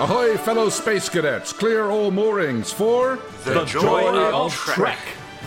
Ahoy, fellow space cadets! Clear all moorings for The, joy, of, Trek. Trek.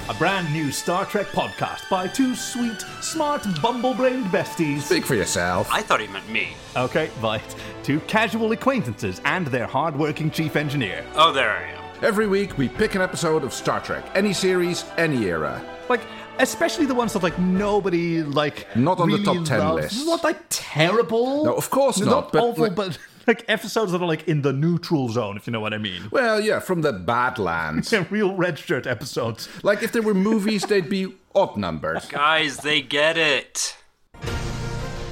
A brand new Star Trek podcast by two sweet, smart, bumble-brained besties. Speak for yourself. I thought he meant me. Okay, right. Two casual acquaintances and their hard-working chief engineer. Oh, there I am. Every week we pick an episode of Star Trek, any series, any era. Like, especially the ones that like nobody like. Not on the really top 10 loves. list. Not like terrible. No, of course not. not, but, awful, like- but like episodes that are like in the neutral zone, if you know what I mean. Well, yeah, from the Badlands. They're real red shirt episodes. like if there were movies, they'd be odd numbers. Guys, they get it.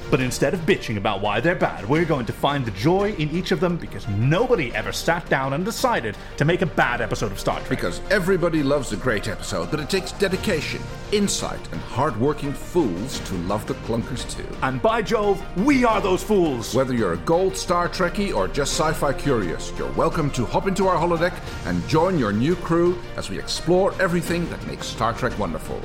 But instead of bitching about why they're bad, we're going to find the joy in each of them because nobody ever sat down and decided to make a bad episode of Star Trek. Because everybody loves a great episode, but it takes dedication, insight, and hardworking fools to love the clunkers too. And by Jove, we are those fools! Whether you're a gold Star Trekkie or just sci fi curious, you're welcome to hop into our holodeck and join your new crew as we explore everything that makes Star Trek wonderful.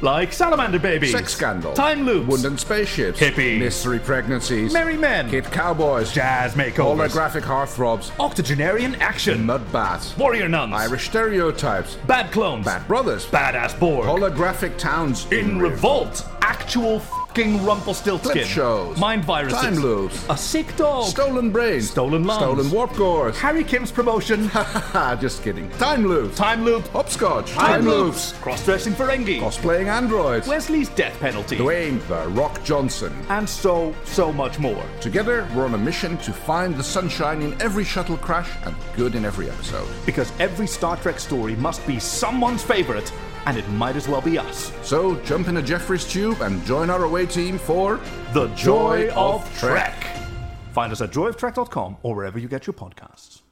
like Salamander Babies! Sex scandal, Time loops! wooden spaceships, Hippies. mystery pregnancies, Merry men! kid cowboys, Jazz makeovers! holographic heartthrobs, Octogenarian action! mud baths, Warrior nuns! Irish stereotypes, Bad clones! bad brothers, Badass Borg! holographic towns in revolt! Actual fucking Rumpelstiltskin! clip shows, Mind viruses! time loops, A sick dog! stolen brains, Stolen lungs. stolen warp cores. Harry Kim's promotion! Haha, just kidding. Time loops, time loop! hopscotch, Time loops! Cross-dressing Ferengi! cosplaying androids, Wesley's death penalty, Dwayne the Rock Johnson. and so, so much more. Together, we're on a mission to find the sunshine in every shuttle crash and good in every episode. Because every Star Trek story must be someone's favorite, and it might as well be us. So jump in a Jeffries tube and join our away team for The Joy of Trek. Find us at joyoftrek.com or wherever you get your podcasts.